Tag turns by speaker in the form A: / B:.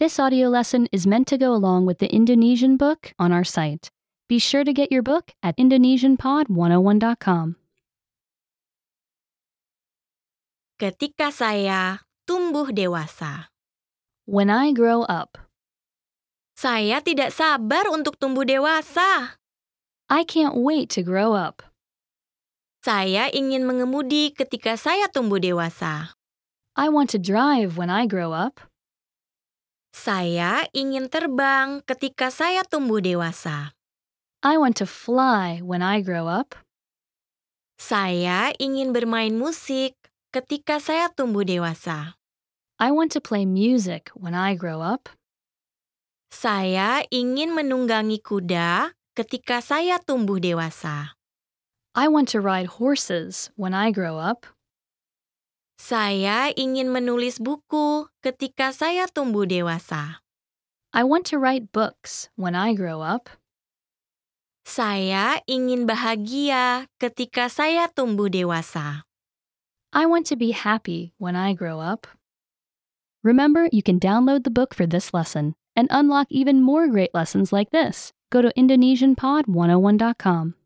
A: This audio lesson is meant to go along with the Indonesian book on our site. Be sure to get your book at indonesianpod101.com.
B: Ketika saya tumbuh dewasa,
A: When I grow up,
B: saya tidak sabar untuk tumbuh dewasa.
A: I can't wait to grow up.
B: Saya ingin mengemudi ketika saya tumbuh dewasa.
A: I want to drive when I grow up.
B: Saya ingin terbang ketika saya tumbuh dewasa.
A: I want to fly when I grow up.
B: Saya ingin bermain musik ketika saya tumbuh dewasa.
A: I want to play music when I grow up.
B: Saya ingin menunggangi kuda ketika saya tumbuh dewasa.
A: I want to ride horses when I grow up.
B: Saya ingin menulis buku ketika saya tumbuh dewasa.
A: I want to write books when I grow up.
B: Saya ingin bahagia ketika saya tumbuh dewasa.
A: I want to be happy when I grow up. Remember, you can download the book for this oh lesson and unlock even more great lessons like this. Go to IndonesianPod101.com.